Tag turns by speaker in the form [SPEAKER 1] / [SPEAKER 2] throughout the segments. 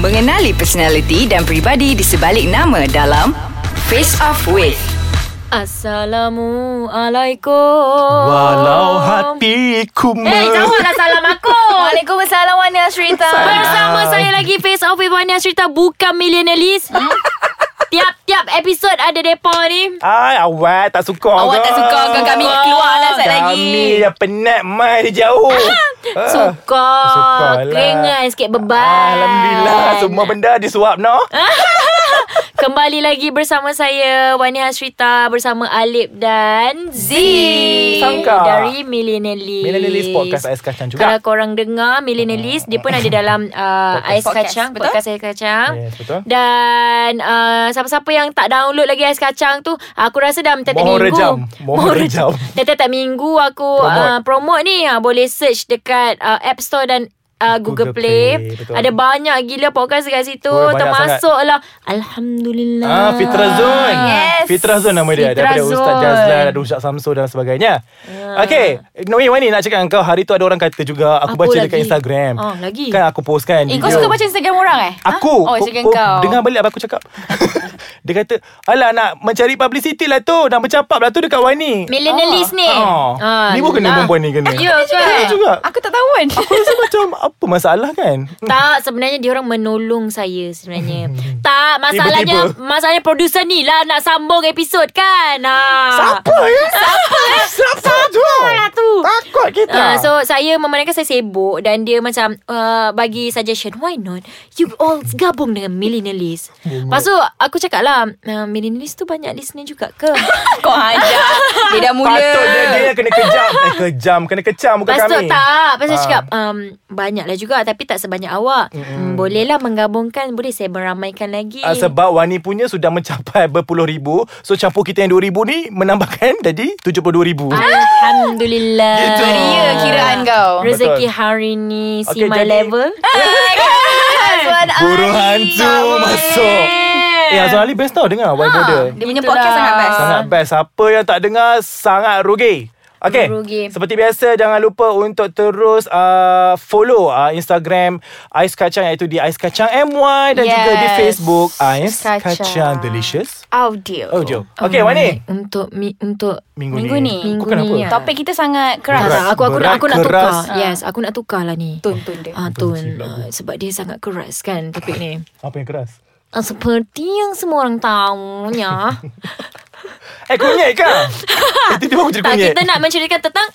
[SPEAKER 1] Mengenali personaliti dan pribadi di sebalik nama dalam Face Off With.
[SPEAKER 2] Assalamualaikum.
[SPEAKER 3] Walau hatiku
[SPEAKER 2] Eh,
[SPEAKER 3] mer-
[SPEAKER 2] jawablah salam aku.
[SPEAKER 4] Waalaikumsalam Wan Yasrita
[SPEAKER 2] Bersama saya lagi Face Off with Wania Cerita Bukan Millionaire List.
[SPEAKER 3] Hmm?
[SPEAKER 2] Tiap-tiap episod ada depa ni.
[SPEAKER 3] Ay, awak tak suka
[SPEAKER 4] Awak tak suka ke kami keluar lah sekejap lagi
[SPEAKER 3] Kami dah penat Mai dia jauh Ah,
[SPEAKER 2] Suka.
[SPEAKER 3] Suka lah.
[SPEAKER 2] Keringan sikit beban.
[SPEAKER 3] Alhamdulillah Semua benda disuap no
[SPEAKER 4] Ah.
[SPEAKER 2] Kembali lagi bersama saya Wani Hasrita bersama Alip dan Z
[SPEAKER 3] Sangka.
[SPEAKER 2] dari Millionaire List.
[SPEAKER 3] Millionaire List podcast Ais Kacang juga.
[SPEAKER 2] Kalau korang dengar Millionaire List dia pun ada dalam uh, Ais
[SPEAKER 4] Podcast,
[SPEAKER 2] Kacang
[SPEAKER 4] betul?
[SPEAKER 2] podcast Ais Kacang.
[SPEAKER 3] Yes, betul.
[SPEAKER 2] Dan uh, siapa-siapa yang tak download lagi Ais Kacang tu aku rasa dah tiap
[SPEAKER 3] Mohon
[SPEAKER 2] minggu.
[SPEAKER 3] rejam. Mohon rejam.
[SPEAKER 2] Dah tiap minggu aku uh,
[SPEAKER 3] Promote.
[SPEAKER 2] promote ni uh, boleh search dekat uh, App Store dan Uh, Google,
[SPEAKER 3] Google
[SPEAKER 2] Play,
[SPEAKER 3] Play, betul.
[SPEAKER 2] Ada banyak gila podcast kat situ
[SPEAKER 3] Oh, banyak
[SPEAKER 2] Termasuklah Alhamdulillah
[SPEAKER 3] Ah, Fitra Zon
[SPEAKER 4] Yes.
[SPEAKER 3] Fitra Zon nama dia
[SPEAKER 2] Fitra
[SPEAKER 3] Daripada Ustaz
[SPEAKER 2] Zon.
[SPEAKER 3] Jazlan Ada Ustaz Samsul dan sebagainya Okay Noe Wani nak cakap dengan kau Hari tu ada orang kata juga Aku
[SPEAKER 2] Apa
[SPEAKER 3] baca
[SPEAKER 2] lagi?
[SPEAKER 3] dekat Instagram
[SPEAKER 2] Ah, lagi?
[SPEAKER 3] Kan aku post kan
[SPEAKER 4] Eh kau
[SPEAKER 3] video.
[SPEAKER 4] suka baca Instagram orang eh? Ha?
[SPEAKER 3] Aku
[SPEAKER 4] Oh
[SPEAKER 3] ko-
[SPEAKER 4] Instagram
[SPEAKER 3] ko-
[SPEAKER 4] kau
[SPEAKER 3] Dengar balik apa aku cakap Dia kata Alah nak mencari publicity lah tu Nak bercakap lah tu dekat Wani
[SPEAKER 2] Millennialist ni
[SPEAKER 3] Oh. Ni pun kena perempuan ni kena
[SPEAKER 2] Ya
[SPEAKER 3] Aku
[SPEAKER 2] kan
[SPEAKER 3] juga
[SPEAKER 4] Aku tak tahu kan
[SPEAKER 3] Aku rasa macam Apa masalah kan
[SPEAKER 2] tak sebenarnya dia orang menolong saya sebenarnya. tak masalahnya
[SPEAKER 3] Tiba-tiba.
[SPEAKER 2] masalahnya producer ni lah nak sambung episod kan. Ha.
[SPEAKER 3] Siapa ya Siapa Siapa Siapa
[SPEAKER 2] lah tu?
[SPEAKER 3] Takut kita
[SPEAKER 2] Ah, so saya memandangkan saya sibuk dan dia macam uh, bagi suggestion why not you all gabung dengan millennialist. Lepas tu aku cakap lah uh, millennialist tu banyak listener juga ke?
[SPEAKER 4] Kau hajar Dia dah mula
[SPEAKER 3] Patutnya dia yang kena kejam Eh kejam Kena kecam muka
[SPEAKER 2] Lepas tu
[SPEAKER 3] kami
[SPEAKER 2] tak Lepas tu
[SPEAKER 3] Ah.
[SPEAKER 2] cakap um, Banyaklah juga Tapi tak sebanyak awak mm. Bolehlah menggabungkan Boleh saya meramaikan lagi
[SPEAKER 3] Uh, sebab Wani punya sudah mencapai berpuluh ribu So campur kita yang dua ribu ni Menambahkan jadi tujuh puluh dua ribu
[SPEAKER 4] Ah,
[SPEAKER 2] Alhamdulillah
[SPEAKER 3] Ah. Gitu. Ah.
[SPEAKER 4] Dia kiraan kau
[SPEAKER 2] Rezeki
[SPEAKER 3] Betul.
[SPEAKER 2] hari ni See
[SPEAKER 3] Okey,
[SPEAKER 2] my
[SPEAKER 3] jadi-
[SPEAKER 2] level
[SPEAKER 4] Azwan
[SPEAKER 3] Burung hantu masuk Eh Azwan Ali best tau dengar Why Border
[SPEAKER 4] Ah, Dia punya
[SPEAKER 2] Itulah.
[SPEAKER 4] podcast sangat best
[SPEAKER 3] Sangat best Siapa yang tak dengar Sangat rugi Okay
[SPEAKER 2] Rugi.
[SPEAKER 3] Seperti biasa Jangan lupa untuk terus uh, Follow uh, Instagram Ais Kacang Iaitu di Ais Kacang MY Dan
[SPEAKER 4] Yes.
[SPEAKER 3] juga di Facebook Ais Kacang,
[SPEAKER 2] Kacang.
[SPEAKER 3] Kacang Delicious
[SPEAKER 4] Audio
[SPEAKER 3] Oh Jo Okay Wani
[SPEAKER 2] Untuk mi, Untuk
[SPEAKER 3] Minggu,
[SPEAKER 4] Minggu ni.
[SPEAKER 3] Kau
[SPEAKER 2] Minggu
[SPEAKER 3] kenapa?
[SPEAKER 2] ni, ya.
[SPEAKER 4] Topik kita sangat
[SPEAKER 2] tak,
[SPEAKER 4] keras
[SPEAKER 2] tak, aku aku
[SPEAKER 3] Berat,
[SPEAKER 2] nak aku nak
[SPEAKER 3] keras.
[SPEAKER 2] tukar. Yes, aku nak tukar lah ni.
[SPEAKER 4] Tuntun dia
[SPEAKER 2] Ah, tun.
[SPEAKER 3] silap
[SPEAKER 2] Ah, sebab dia sangat keras kan topik ni.
[SPEAKER 3] Apa yang keras?
[SPEAKER 2] Ah, seperti yang semua orang tahu ya.
[SPEAKER 3] Eh kunyit ke? Eh, Tiba-tiba aku jadi
[SPEAKER 2] Tak,
[SPEAKER 3] kunyit
[SPEAKER 2] kita nak menceritakan tentang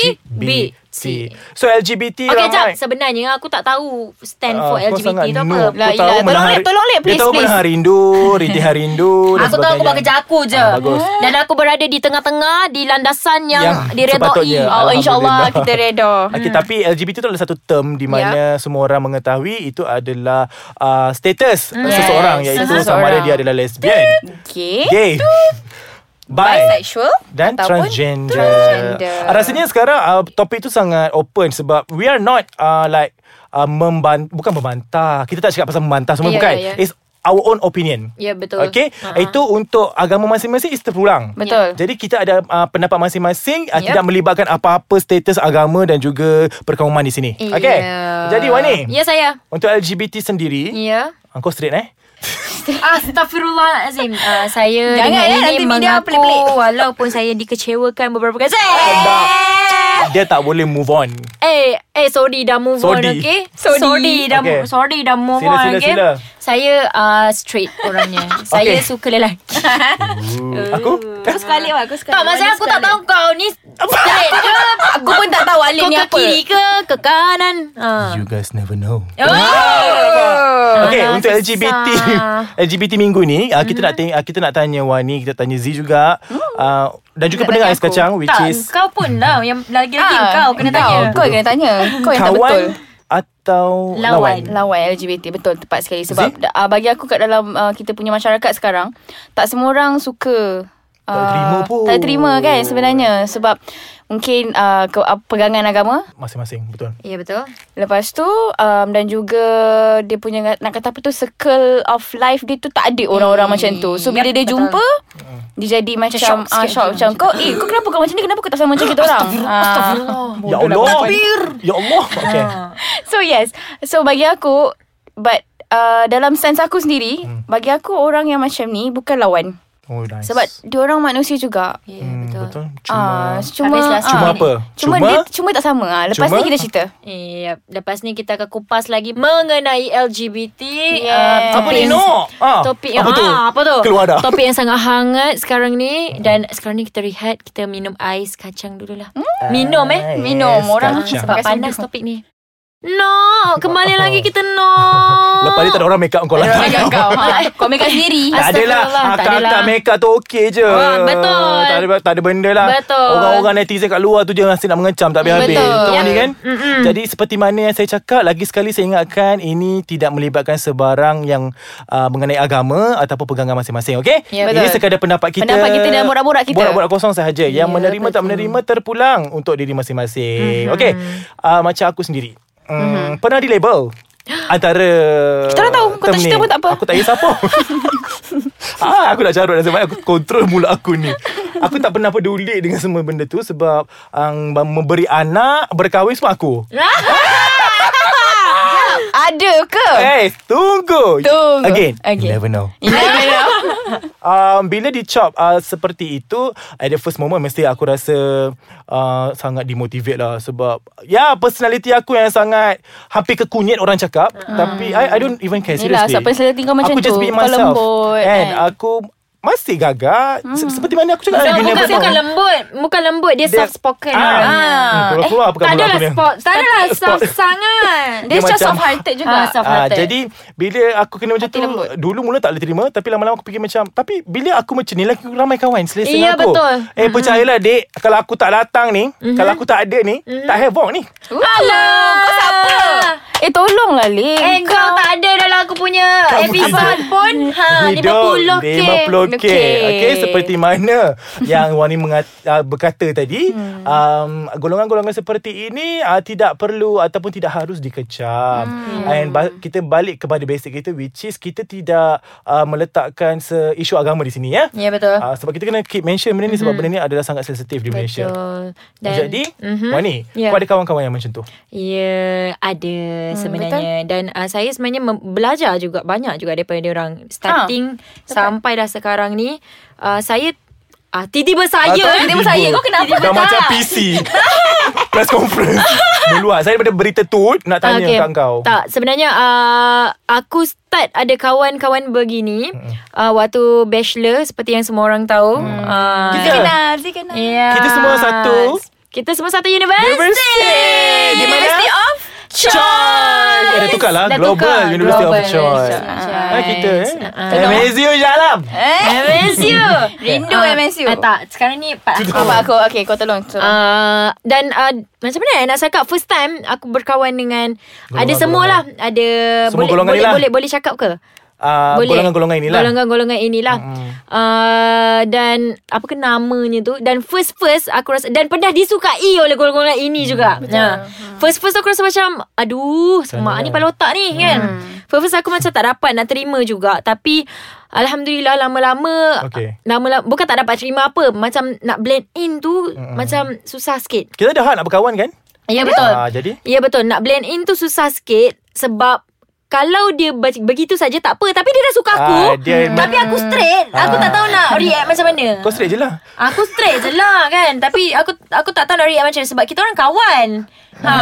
[SPEAKER 2] LGBT.
[SPEAKER 3] So LGBT
[SPEAKER 2] Okey, jap.
[SPEAKER 3] ramai
[SPEAKER 2] Sebenarnya aku tak tahu stand
[SPEAKER 3] Ah,
[SPEAKER 2] for
[SPEAKER 3] kau sangat
[SPEAKER 2] LGBT tu apa.
[SPEAKER 3] noob.
[SPEAKER 4] Lah,
[SPEAKER 3] Kau tahu
[SPEAKER 4] yelah.
[SPEAKER 3] mana
[SPEAKER 4] Tolong
[SPEAKER 3] hari-
[SPEAKER 4] lep, tolong lep,
[SPEAKER 3] Dia
[SPEAKER 4] please,
[SPEAKER 3] tahu mana
[SPEAKER 4] please.
[SPEAKER 3] Rindu Riti Harindu dan
[SPEAKER 2] Aku tahu aku buat kerja aku je. Hmm.
[SPEAKER 3] Ah, bagus.
[SPEAKER 2] Dan aku berada di tengah-tengah di landasan yang,
[SPEAKER 3] Yang
[SPEAKER 2] diredai.
[SPEAKER 3] sepatutnya.
[SPEAKER 4] Oh insyaAllah
[SPEAKER 3] Alhamdulillah.
[SPEAKER 4] kita reda
[SPEAKER 2] Hmm.
[SPEAKER 3] Okay, tapi LGBT tu adalah satu term
[SPEAKER 2] Ya.
[SPEAKER 3] di mana semua orang mengetahui itu adalah uh, status
[SPEAKER 2] Hmm.
[SPEAKER 4] Yes.
[SPEAKER 3] seseorang iaitu
[SPEAKER 4] Seseorang.
[SPEAKER 3] sama ada dia adalah lesbian,
[SPEAKER 4] Okay
[SPEAKER 2] Eh?
[SPEAKER 3] gay, bi
[SPEAKER 4] Bisexual
[SPEAKER 3] dan
[SPEAKER 4] ataupun
[SPEAKER 3] transgender.
[SPEAKER 4] transgender.
[SPEAKER 3] Ah, Rasanya sekarang uh, topik tu sangat open sebab we are not uh, like uh, memban bukan membantah. Kita tak cakap pasal membantah semua
[SPEAKER 2] Ya,
[SPEAKER 3] bukan.
[SPEAKER 2] ya, ya.
[SPEAKER 3] It's our own opinion.
[SPEAKER 2] Ya, betul.
[SPEAKER 3] Okay,
[SPEAKER 2] Ha, ha.
[SPEAKER 3] itu untuk agama masing-masing is terpulang.
[SPEAKER 4] Betul
[SPEAKER 3] Jadi kita ada uh, pendapat masing-masing uh,
[SPEAKER 4] Yep.
[SPEAKER 3] tidak melibatkan apa-apa status agama dan juga perkauman di sini. Okey. Jadi Wani,
[SPEAKER 2] Ya saya.
[SPEAKER 3] untuk LGBT sendiri,
[SPEAKER 2] Ya.
[SPEAKER 3] yeah. kau straight eh?
[SPEAKER 2] Astagfirullahalazim. Uh, saya
[SPEAKER 4] Jangan,
[SPEAKER 2] dengan
[SPEAKER 4] eh, nanti
[SPEAKER 2] ini
[SPEAKER 4] media
[SPEAKER 2] mengaku
[SPEAKER 4] pelik-pelik.
[SPEAKER 2] walaupun saya dikecewakan beberapa kali.
[SPEAKER 3] Tak. Dia tak boleh move on.
[SPEAKER 2] Eh, eh sorry dah move on
[SPEAKER 3] Sorry.
[SPEAKER 2] okay
[SPEAKER 4] Sorry.
[SPEAKER 2] dah
[SPEAKER 3] Okay.
[SPEAKER 2] okay. sorry dah move
[SPEAKER 3] Sila,
[SPEAKER 2] on
[SPEAKER 3] sila,
[SPEAKER 2] okay
[SPEAKER 3] sila.
[SPEAKER 2] Saya uh, straight orangnya. Saya
[SPEAKER 3] Okay.
[SPEAKER 2] suka lelaki.
[SPEAKER 3] Uh, aku?
[SPEAKER 4] Aku suka Alip lah Aku suka
[SPEAKER 2] Tak
[SPEAKER 4] Alip.
[SPEAKER 2] maksudnya
[SPEAKER 4] Mana
[SPEAKER 2] aku
[SPEAKER 4] suka
[SPEAKER 2] tak
[SPEAKER 4] Alip?
[SPEAKER 2] tahu kau ni straight ke
[SPEAKER 4] Aku pun tak tahu Alip
[SPEAKER 2] kau
[SPEAKER 4] ni
[SPEAKER 2] ke
[SPEAKER 4] apa
[SPEAKER 2] kiri ke ke kanan. Ha.
[SPEAKER 3] You guys never know.
[SPEAKER 4] Oh
[SPEAKER 3] Okay,
[SPEAKER 2] Alah,
[SPEAKER 3] untuk
[SPEAKER 2] susah.
[SPEAKER 3] LGBT LGBT minggu ni, uh, kita nak tanya, uh, kita nak tanya Wani, kita tanya Z juga. Uh, dan juga
[SPEAKER 4] Nak
[SPEAKER 3] pendengar
[SPEAKER 4] tanya
[SPEAKER 3] Ais
[SPEAKER 4] aku.
[SPEAKER 3] Kacang which
[SPEAKER 2] Tak,
[SPEAKER 3] is
[SPEAKER 2] kau pun lah yang lagi-lagi
[SPEAKER 4] Ah,
[SPEAKER 2] kau kena tanya.
[SPEAKER 4] Kau yang kena tanya Kau Oh, yang tak betul
[SPEAKER 3] kawan atau
[SPEAKER 2] Lawan.
[SPEAKER 3] lawan.
[SPEAKER 4] lawan LGBT betul tepat sekali sebab uh, bagi aku kat dalam uh, kita punya masyarakat sekarang tak semua orang suka
[SPEAKER 3] Tak terima pun.
[SPEAKER 4] Tak terima kan sebenarnya sebab mungkin uh, ke, uh, pegangan agama
[SPEAKER 3] Masing-masing, betul.
[SPEAKER 2] Ya betul.
[SPEAKER 4] lepas tu um, dan juga dia punya nak kata apa tu circle of life dia tu tak ada orang-orang
[SPEAKER 2] Hmm,
[SPEAKER 4] macam tu. So
[SPEAKER 2] yep,
[SPEAKER 4] bila dia
[SPEAKER 2] betul.
[SPEAKER 4] jumpa
[SPEAKER 3] Hmm.
[SPEAKER 4] dia jadi macam
[SPEAKER 2] shock
[SPEAKER 4] ah,
[SPEAKER 2] sikit
[SPEAKER 4] shock
[SPEAKER 2] macam
[SPEAKER 4] macam kau eh kau kenapa kau macam ni kenapa kau tak sama macam kita orang. Ah.
[SPEAKER 3] Ya Allah. Ya Allah. Okay.
[SPEAKER 4] So yes So bagi aku But uh, dalam sense aku sendiri, hmm. bagi aku orang yang macam ni bukan lawan.
[SPEAKER 3] Oh nice
[SPEAKER 4] Sebab diorang manusia juga.
[SPEAKER 2] Ya, yeah,
[SPEAKER 3] hmm,
[SPEAKER 2] betul.
[SPEAKER 3] betul. betul Cuma
[SPEAKER 4] Ah,
[SPEAKER 3] uh,
[SPEAKER 4] cuma
[SPEAKER 2] Habis last
[SPEAKER 3] Cuma
[SPEAKER 2] Ah,
[SPEAKER 3] apa
[SPEAKER 4] Cuma, cuma dia cuma tak sama ah. Lepas
[SPEAKER 3] Cuma-
[SPEAKER 4] ni kita cerita.
[SPEAKER 2] Eh, lepas ni kita akan kupas lagi mengenai LGBT.
[SPEAKER 3] Apa
[SPEAKER 4] Yes.
[SPEAKER 2] eh, topik
[SPEAKER 3] ni
[SPEAKER 2] yang-
[SPEAKER 3] no ah,
[SPEAKER 2] Topik yang
[SPEAKER 3] Apa tu
[SPEAKER 2] Ah, apa tu?
[SPEAKER 3] Keluar dah
[SPEAKER 2] Topik yang sangat hangat sekarang ni dan sekarang ni kita rehat, kita minum ais kacang dululah. Minum eh.
[SPEAKER 3] Ais
[SPEAKER 4] minum.
[SPEAKER 3] Hmm. Ah,
[SPEAKER 4] Orang
[SPEAKER 3] kacang.
[SPEAKER 2] Sebab
[SPEAKER 4] Kasi
[SPEAKER 2] panas
[SPEAKER 4] minum.
[SPEAKER 2] topik ni. No, kembali
[SPEAKER 3] Oh.
[SPEAKER 2] lagi kita no.
[SPEAKER 3] Lepas ni tak ada orang make up kau lah
[SPEAKER 4] Kau kau. Ha, Kau make up sendiri.
[SPEAKER 3] Tak adalah
[SPEAKER 2] Astagfirullah, tak
[SPEAKER 3] Akak-akak
[SPEAKER 2] adalah.
[SPEAKER 3] make up tu okey je
[SPEAKER 2] Ah, betul.
[SPEAKER 3] tak ada, tak ada benda lah
[SPEAKER 2] Betul.
[SPEAKER 3] Orang-orang netizen kat luar tu je Rasa nak mengecam Tak habis-habis
[SPEAKER 4] Betul.
[SPEAKER 3] Tahu ni
[SPEAKER 4] Yep.
[SPEAKER 3] kan Mm-mm. Jadi seperti mana yang saya cakap Lagi sekali saya ingatkan Ini tidak melibatkan sebarang yang uh, Mengenai agama Ataupun pegangan masing-masing Okay
[SPEAKER 4] Ya,
[SPEAKER 3] Ini
[SPEAKER 4] betul.
[SPEAKER 3] sekadar pendapat kita
[SPEAKER 4] Pendapat kita dan borak-borak kita.
[SPEAKER 3] Borak-borak kosong sahaja
[SPEAKER 2] Ya,
[SPEAKER 3] Yang menerima
[SPEAKER 2] betul.
[SPEAKER 3] tak menerima Terpulang untuk diri masing-masing
[SPEAKER 4] Mhm.
[SPEAKER 3] mm-hmm. Okay uh, Macam aku sendiri hmm, mm-hmm. Pernah di label Antara
[SPEAKER 4] Kita orang tahu. Kau tak
[SPEAKER 3] term
[SPEAKER 4] cerita
[SPEAKER 3] ni.
[SPEAKER 4] pun tak apa.
[SPEAKER 3] Aku tak payah siapa ah, Aku nak carut dah Sebab aku kontrol mulut aku ni Aku tak pernah peduli Dengan semua benda tu Sebab um, Memberi anak Berkahwin semua aku
[SPEAKER 4] Ya. Ada ke?
[SPEAKER 3] Hey Eh, tunggu
[SPEAKER 4] Tunggu.
[SPEAKER 3] Again
[SPEAKER 4] Again.
[SPEAKER 3] You never know
[SPEAKER 4] Ya.
[SPEAKER 3] um, Bila dicop uh, Seperti itu At the first moment Mesti aku rasa uh, Sangat demotivate lah Sebab Ya yeah, personality aku yang sangat Hampir kekunyit orang cakap Tapi I, I don't even care
[SPEAKER 4] Yelah,
[SPEAKER 3] Seriously
[SPEAKER 4] sebab personality kau macam
[SPEAKER 3] Aku just
[SPEAKER 4] tu.
[SPEAKER 3] be
[SPEAKER 4] Kau
[SPEAKER 3] myself
[SPEAKER 4] lembut,
[SPEAKER 3] And
[SPEAKER 4] kan? Mm.
[SPEAKER 3] aku Masih gagah hmm. Seperti mana aku cakap
[SPEAKER 2] Bukan,
[SPEAKER 3] you
[SPEAKER 2] bukan,
[SPEAKER 3] never know.
[SPEAKER 2] bukan lembut Bukan lembut Dia,
[SPEAKER 3] Dia-
[SPEAKER 2] soft spoken
[SPEAKER 3] Ah.
[SPEAKER 2] orang
[SPEAKER 3] Hmm, keluar-keluar
[SPEAKER 2] eh,
[SPEAKER 3] perkataan
[SPEAKER 2] Tak
[SPEAKER 4] lah
[SPEAKER 2] adalah
[SPEAKER 3] aku ni.
[SPEAKER 2] sport Tak adalah soft
[SPEAKER 3] Sport.
[SPEAKER 2] sangat
[SPEAKER 4] Dia
[SPEAKER 3] Dia
[SPEAKER 4] macam
[SPEAKER 3] macam-
[SPEAKER 4] soft hearted
[SPEAKER 2] Ah,
[SPEAKER 4] juga.
[SPEAKER 2] soft
[SPEAKER 3] Ah,
[SPEAKER 2] hearted.
[SPEAKER 3] jadi bila aku kena macam
[SPEAKER 4] Hati
[SPEAKER 3] tu
[SPEAKER 4] lembut.
[SPEAKER 3] dulu mula tak boleh terima tapi lama-lama aku fikir macam tapi bila aku macam ni lagi ramai kawan selesa
[SPEAKER 2] Iya,
[SPEAKER 3] dengan aku.
[SPEAKER 2] betul.
[SPEAKER 3] Eh mm-hmm. percayalah dek kalau aku tak datang ni, mm-hmm. kalau aku tak ada ni, mm-hmm. tak havoc ni.
[SPEAKER 4] Alah, kau siapa? Eh tolonglah Ling.
[SPEAKER 2] Eh kau tak ada dalam aku punya
[SPEAKER 3] Kau
[SPEAKER 2] episode pun ha, 50k
[SPEAKER 3] Hidup 50K okay. okay
[SPEAKER 4] Okey.
[SPEAKER 3] Seperti mana Yang Wani mengat, uh, berkata tadi hmm. um, Golongan-golongan seperti ini uh, Tidak perlu Ataupun tidak harus dikecam hmm. And ba- kita balik kepada basic kita Which is kita tidak uh, Meletakkan se- isu agama di sini ya
[SPEAKER 2] Ya betul
[SPEAKER 3] Uh, sebab kita kena keep mention benda ni Sebab benda ni adalah sangat sensitif di Malaysia
[SPEAKER 2] Betul Dan,
[SPEAKER 3] Dan, Jadi mm-hmm. Wani
[SPEAKER 2] Ya.
[SPEAKER 3] Kau ada kawan-kawan yang macam tu
[SPEAKER 2] Ya, ada
[SPEAKER 3] Hmm,
[SPEAKER 2] sebenarnya. Dan uh, saya sebenarnya mem- belajar juga banyak juga daripada dia orang. Starting
[SPEAKER 3] Ha,
[SPEAKER 2] sampai dah sekarang ni, uh, saya uh, tiba-tiba saya, tiba-tiba
[SPEAKER 3] Atau Ah, tiba.
[SPEAKER 2] saya. Kau kenapa?
[SPEAKER 3] Dah
[SPEAKER 2] tak?
[SPEAKER 3] macam PC Press conference Meluar Saya daripada berita tu Nak
[SPEAKER 2] Ah,
[SPEAKER 3] tanya
[SPEAKER 2] Okay.
[SPEAKER 3] okay. kat kau
[SPEAKER 2] Tak, sebenarnya uh, aku start ada kawan-kawan begini uh, waktu bachelor seperti yang semua orang tahu. Hmm. Uh,
[SPEAKER 3] Kita
[SPEAKER 4] Kenal, si kenal.
[SPEAKER 2] yes.
[SPEAKER 3] Mm. kita semua satu
[SPEAKER 2] Kita semua satu universiti.
[SPEAKER 3] Universiti. Di mana?
[SPEAKER 2] University of Choice.
[SPEAKER 3] Eh, dah tukar lah. Global University of Choice.
[SPEAKER 2] Choice.
[SPEAKER 3] Ah, kita eh.
[SPEAKER 2] Ah. Eh?
[SPEAKER 3] MSU je alam.
[SPEAKER 2] MSU
[SPEAKER 4] Rindu
[SPEAKER 2] Ah,
[SPEAKER 4] MSU.
[SPEAKER 2] ah, Tak sekarang ni part aku
[SPEAKER 4] Apa aku? Okay, kau tolong. tolong.
[SPEAKER 2] Uh, dan uh, macam mana eh, nak cakap first time aku berkawan dengan
[SPEAKER 3] Golongan,
[SPEAKER 2] ada semua lah ada
[SPEAKER 3] Semua
[SPEAKER 2] boleh
[SPEAKER 3] golongan ni
[SPEAKER 2] boleh,
[SPEAKER 3] lah.
[SPEAKER 2] boleh boleh cakap ke
[SPEAKER 3] Ah,
[SPEAKER 2] boleh
[SPEAKER 3] golongan-golongan inilah.
[SPEAKER 2] golongan-golongan inilah mm. uh, dan apa ke namanya tu dan first first aku rasa dan pernah disukai oleh golongan ini juga
[SPEAKER 3] Mm,
[SPEAKER 2] ha. first first aku rasa macam aduh mak
[SPEAKER 3] lah."
[SPEAKER 2] ni kepala otak
[SPEAKER 3] Mm.
[SPEAKER 2] ni kan first first aku macam tak dapat nak terima juga tapi Alhamdulillah lama-lama
[SPEAKER 3] Okay.
[SPEAKER 2] lama-lama bukan tak dapat terima apa macam nak blend in tu mm macam susah sikit
[SPEAKER 3] Kita dah hak nak berkawan kan?
[SPEAKER 2] Ya betul.
[SPEAKER 3] Ah, jadi?
[SPEAKER 2] Ya betul. Nak blend in tu susah sikit sebab kalau dia be- begitu saja tak apa tapi dia dah suka aku.
[SPEAKER 3] Ah, dia
[SPEAKER 2] Hmm.
[SPEAKER 3] emang-
[SPEAKER 2] tapi aku straight. Aku
[SPEAKER 3] Ah.
[SPEAKER 2] tak tahu nak react macam mana.
[SPEAKER 3] Kau straight je lah.
[SPEAKER 2] Aku straight je lah kan Tapi aku aku tak tahu nak react macam mana Sebab kita orang kawan ha,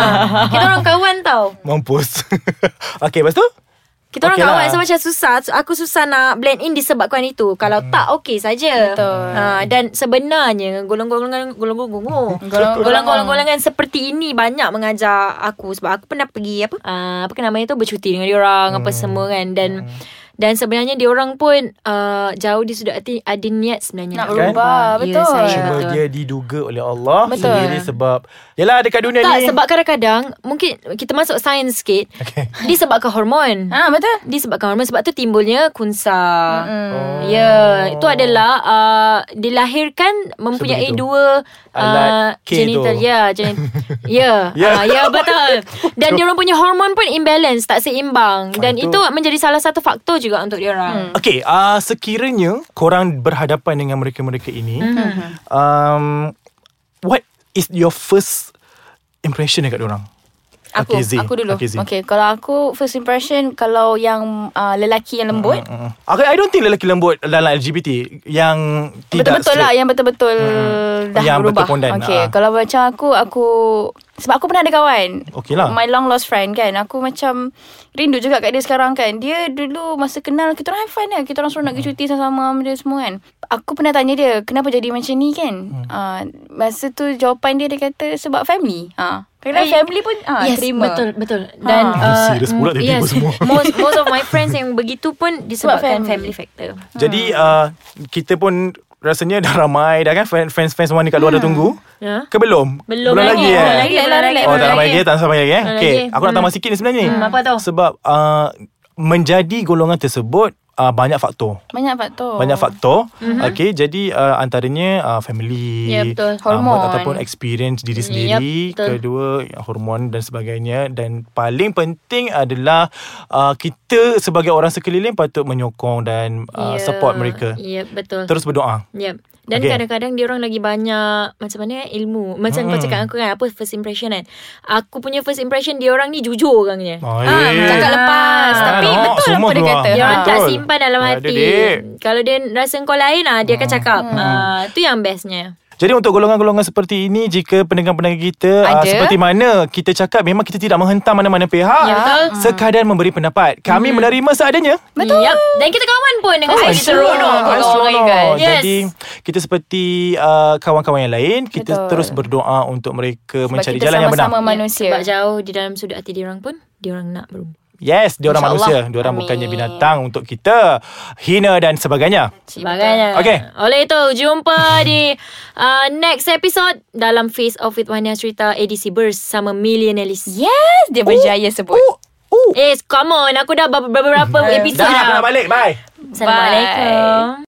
[SPEAKER 2] Kita orang kawan tau
[SPEAKER 3] Mampus. okay, lepas tu?
[SPEAKER 2] Kita orang
[SPEAKER 3] Okay
[SPEAKER 2] kawan
[SPEAKER 3] lah.
[SPEAKER 2] So macam susah Aku susah nak blend in Disebabkan itu Kalau
[SPEAKER 3] Hmm.
[SPEAKER 2] tak okay saja Betul ha, Dan sebenarnya Golongan-golongan Golongan-golongan
[SPEAKER 4] Golongan-
[SPEAKER 2] Golongan-golongan Seperti ini Banyak mengajar aku Sebab aku pernah pergi Apa uh, Apa ke namanya tu Bercuti dengan diorang Apa
[SPEAKER 3] Hmm.
[SPEAKER 2] semua kan Dan dan sebenarnya diorang pun uh, Jauh di sudut hati Ada niat sebenarnya
[SPEAKER 4] Nak berubah,
[SPEAKER 2] Ya,
[SPEAKER 4] betul.
[SPEAKER 2] saya
[SPEAKER 3] Kan? Cuma
[SPEAKER 2] betul.
[SPEAKER 3] dia diduga oleh Allah
[SPEAKER 4] Betul.
[SPEAKER 3] sendiri sebab Yalah dekat dunia
[SPEAKER 2] Tak
[SPEAKER 3] ni.
[SPEAKER 2] sebab kadang-kadang Mungkin kita masuk sains sikit
[SPEAKER 3] Okay.
[SPEAKER 2] Disebabkan hormon
[SPEAKER 3] Ah.
[SPEAKER 4] Ha, betul.
[SPEAKER 2] Disebabkan hormon Sebab tu timbulnya kunsa
[SPEAKER 3] Oh.
[SPEAKER 2] Ya Itu adalah uh, Dilahirkan Mempunyai
[SPEAKER 3] Sebegitu.
[SPEAKER 2] dua uh,
[SPEAKER 3] Alat K tu.
[SPEAKER 2] Genital Ya gen- Ya
[SPEAKER 3] Ya.
[SPEAKER 2] Ah, Ya betul Dan diorang punya hormon pun Imbalance Tak seimbang Dan
[SPEAKER 3] Ah, itu-
[SPEAKER 2] itu, menjadi salah satu faktor juga Untuk
[SPEAKER 4] Hmm.
[SPEAKER 2] diorang
[SPEAKER 3] Okay, uh, sekiranya korang berhadapan dengan mereka-mereka ini, mm-hmm. um, what is your first impression dekat orang?
[SPEAKER 4] Aku
[SPEAKER 3] Okay, Z.
[SPEAKER 4] okay, Aku dulu
[SPEAKER 3] Okay,
[SPEAKER 4] okay,
[SPEAKER 3] Z.
[SPEAKER 4] okay Kalau aku First impression Kalau yang uh, Lelaki yang lembut mm,
[SPEAKER 3] Mm. Okay, I don't think lelaki lembut dalam LGBT yang tidak
[SPEAKER 4] Betul-betul lah
[SPEAKER 3] straight.
[SPEAKER 4] Yang betul-betul Dah
[SPEAKER 3] Yang
[SPEAKER 4] berubah
[SPEAKER 3] betul pondan,
[SPEAKER 4] Okay
[SPEAKER 3] ah.
[SPEAKER 4] Kalau macam aku Aku Sebab aku pernah ada kawan
[SPEAKER 3] Okey lah.
[SPEAKER 4] My long lost friend kan Aku macam Rindu juga kat dia sekarang kan Dia dulu Masa kenal Kita orang have fun kan Kita orang seronok pergi cuti sama-sama Benda semua kan Aku pernah tanya dia Kenapa jadi macam ni kan
[SPEAKER 3] Hmm.
[SPEAKER 4] Ah, Masa tu jawapan dia Dia kata Sebab family ha.
[SPEAKER 2] Eh,
[SPEAKER 4] Kadang family pun ah,
[SPEAKER 2] yes,
[SPEAKER 4] terima
[SPEAKER 2] betul betul. Dan
[SPEAKER 4] Ha.
[SPEAKER 2] uh,
[SPEAKER 3] Serious pula dia tiba semua.
[SPEAKER 2] most most of my friends yang begitu pun disebabkan family,
[SPEAKER 4] family.
[SPEAKER 2] factor.
[SPEAKER 3] Jadi uh,
[SPEAKER 4] Hmm.
[SPEAKER 3] kita pun rasanya dah ramai dah kan fan- fans-fans Wani kat luar
[SPEAKER 4] Hmm.
[SPEAKER 3] dah tunggu.
[SPEAKER 2] Ya.
[SPEAKER 3] Ke belum?
[SPEAKER 2] Belum
[SPEAKER 3] lagi,
[SPEAKER 2] lagi,
[SPEAKER 3] eh?
[SPEAKER 2] belum
[SPEAKER 4] Relax
[SPEAKER 3] Oh
[SPEAKER 4] lah relax lah,
[SPEAKER 3] tak
[SPEAKER 4] relax.
[SPEAKER 3] ramai lagi eh? Tak sampai lagi eh
[SPEAKER 2] Tak
[SPEAKER 3] Okay
[SPEAKER 2] lagi.
[SPEAKER 3] Aku nak tambah sikit ni sebenarnya ni.
[SPEAKER 2] Hmm, apa tu?
[SPEAKER 3] Sebab uh, Menjadi golongan tersebut uh, Banyak faktor
[SPEAKER 4] Banyak faktor
[SPEAKER 3] Banyak faktor mm-hmm. Okay Jadi uh, antaranya uh, Family
[SPEAKER 4] Ya, betul.
[SPEAKER 3] uh,
[SPEAKER 4] Hormon.
[SPEAKER 3] Ataupun experience diri sendiri
[SPEAKER 4] Yap, betul.
[SPEAKER 3] Kedua ya, Hormon dan sebagainya Dan paling penting adalah uh, Kita sebagai orang sekeliling Patut menyokong dan uh,
[SPEAKER 2] Ya,
[SPEAKER 3] Support mereka
[SPEAKER 2] Ya, betul.
[SPEAKER 3] Terus berdoa
[SPEAKER 2] Yep. Dan okay.
[SPEAKER 3] Okay.
[SPEAKER 2] kadang-kadang dia orang lagi banyak macam mana eh, ilmu. Macam
[SPEAKER 3] Hmm.
[SPEAKER 2] mm. kau cakap aku kan apa first impression kan. Aku punya first impression dia orang ni jujur orangnya.
[SPEAKER 3] Oh,
[SPEAKER 4] Ah,
[SPEAKER 3] eh.
[SPEAKER 4] Cakap lepas
[SPEAKER 3] Ah,
[SPEAKER 4] Tapi
[SPEAKER 3] tengok,
[SPEAKER 4] betul
[SPEAKER 3] semua
[SPEAKER 4] apa dia
[SPEAKER 3] keluar.
[SPEAKER 4] kata
[SPEAKER 2] lah Dia orang
[SPEAKER 4] Ha.
[SPEAKER 2] tak
[SPEAKER 3] Betul. Ah,
[SPEAKER 2] simpan dalam
[SPEAKER 3] Ada,
[SPEAKER 2] hati.
[SPEAKER 3] dik.
[SPEAKER 2] Kalau dia rasa kau lain ah dia
[SPEAKER 3] Hmm.
[SPEAKER 2] akan cakap. Ah tu yang bestnya.
[SPEAKER 3] Jadi untuk golongan-golongan seperti ini Jika pendengar-pendengar kita uh,
[SPEAKER 4] Ada.
[SPEAKER 3] Seperti mana kita cakap Memang kita tidak menghentam mana-mana pihak
[SPEAKER 2] Ya, betul.
[SPEAKER 3] Sekadar memberi pendapat Kami menerima seadanya
[SPEAKER 2] Betul. Yep. Dan kita kawan pun dengan
[SPEAKER 3] Oh,
[SPEAKER 4] Kawan
[SPEAKER 2] saya
[SPEAKER 4] semua.
[SPEAKER 2] seronok
[SPEAKER 4] Ah,
[SPEAKER 2] kalau orang
[SPEAKER 4] seronok.
[SPEAKER 2] ingat.
[SPEAKER 3] Yes. Jadi kita seperti uh, kawan-kawan yang lain Kita
[SPEAKER 4] Betul.
[SPEAKER 3] terus berdoa untuk mereka
[SPEAKER 4] Sebab
[SPEAKER 3] mencari
[SPEAKER 4] kita
[SPEAKER 3] jalan yang
[SPEAKER 4] sama-sama
[SPEAKER 3] benar
[SPEAKER 4] manusia
[SPEAKER 2] Sebab jauh di dalam sudut hati dia orang pun dia orang nak berubah.
[SPEAKER 3] Yes, diorang manusia
[SPEAKER 4] InsyaAllah.
[SPEAKER 3] Diorang
[SPEAKER 4] Amin.
[SPEAKER 3] bukannya binatang untuk kita Hina dan sebagainya
[SPEAKER 2] Sebagainya.
[SPEAKER 3] Okey.
[SPEAKER 2] Oleh itu, jumpa di uh, next episode dalam Face Off with Wania Cerita edisi bersama Millionaires.
[SPEAKER 4] Yes Dia berjaya sebut
[SPEAKER 3] Oh, oh.
[SPEAKER 2] Eh, come on. Aku dah beberapa episode
[SPEAKER 3] Dah, aku nak
[SPEAKER 2] dah.
[SPEAKER 3] balik, bye
[SPEAKER 2] Assalamualaikum.